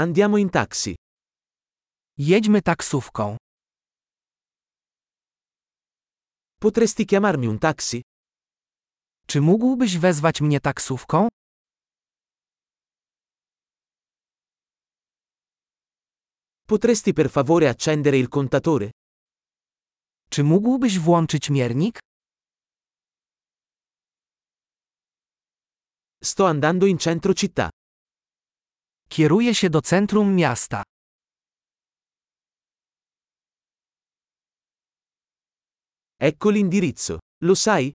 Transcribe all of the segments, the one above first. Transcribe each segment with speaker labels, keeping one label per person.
Speaker 1: Andiamo in taxi.
Speaker 2: Jedźmy taksówką.
Speaker 1: Potresti chiamarmi un taxi?
Speaker 2: Czy mógłbyś wezwać mnie taksówką?
Speaker 1: Potresti per favore accendere il contatore?
Speaker 2: Czy mógłbyś włączyć miernik?
Speaker 1: Sto andando in centro città.
Speaker 2: Kieruję się do centrum miasta.
Speaker 1: Ecco l'indirizzo. Lo sai?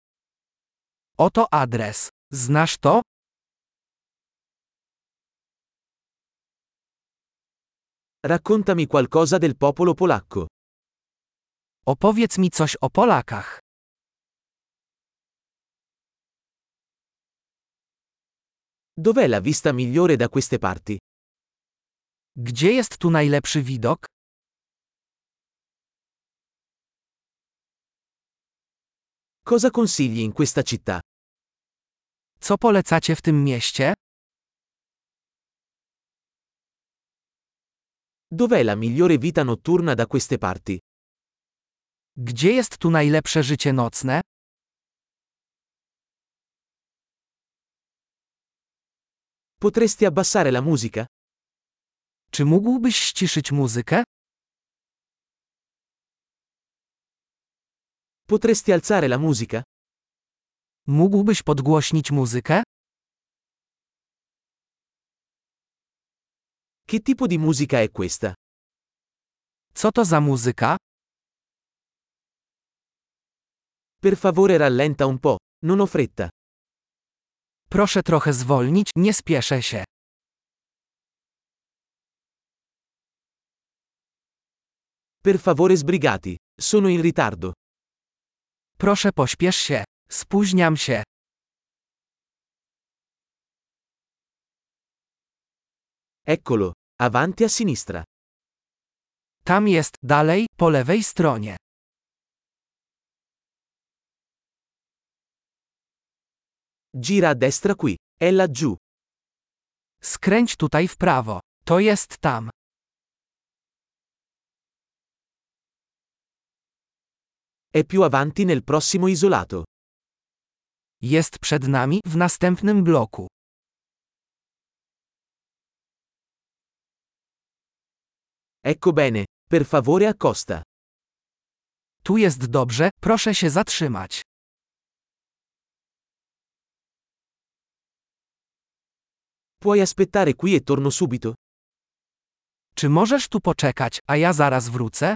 Speaker 2: Oto adres. Znasz to?
Speaker 1: Raccontami qualcosa del popolo polacco.
Speaker 2: Opowiedz mi coś o Polakach.
Speaker 1: Dov'è la vista migliore da queste parti?
Speaker 2: Gdzie jest tu najlepszy widok?
Speaker 1: Cosa consigli in questa città?
Speaker 2: Co polecacie w tym mieście?
Speaker 1: Dov'è la migliore vita notturna da queste parti?
Speaker 2: Gdzie jest tu najlepsze życie nocne?
Speaker 1: Potresti abbassare la musica?
Speaker 2: Czy mógłbyś ściszyć muzykę?
Speaker 1: Potresti alzare la musica?
Speaker 2: Mógłbyś podgłośnić muzykę?
Speaker 1: Che tipo di musica è questa?
Speaker 2: Co to za muzyka?
Speaker 1: Per favore rallenta un po', non ho fretta.
Speaker 2: Proszę trochę zwolnić, nie spieszę się.
Speaker 1: Per favore sbrigati, sono in ritardo.
Speaker 2: Proszę pośpiesz się. Spóźniam się.
Speaker 1: Eccolo, avanti a sinistra.
Speaker 2: Tam jest, dalej, po lewej stronie.
Speaker 1: Gira a destra qui, è laggiù.
Speaker 2: Skręć tutaj w prawo. To jest tam.
Speaker 1: È più avanti nel prossimo isolato.
Speaker 2: Jest przed nami, w następnym bloku.
Speaker 1: Ecco bene, per favore accosta.
Speaker 2: Tu jest dobrze, proszę się zatrzymać.
Speaker 1: Puoi aspettare qui e torno subito?
Speaker 2: Czy możesz tu poczekać, a ja zaraz wrócę?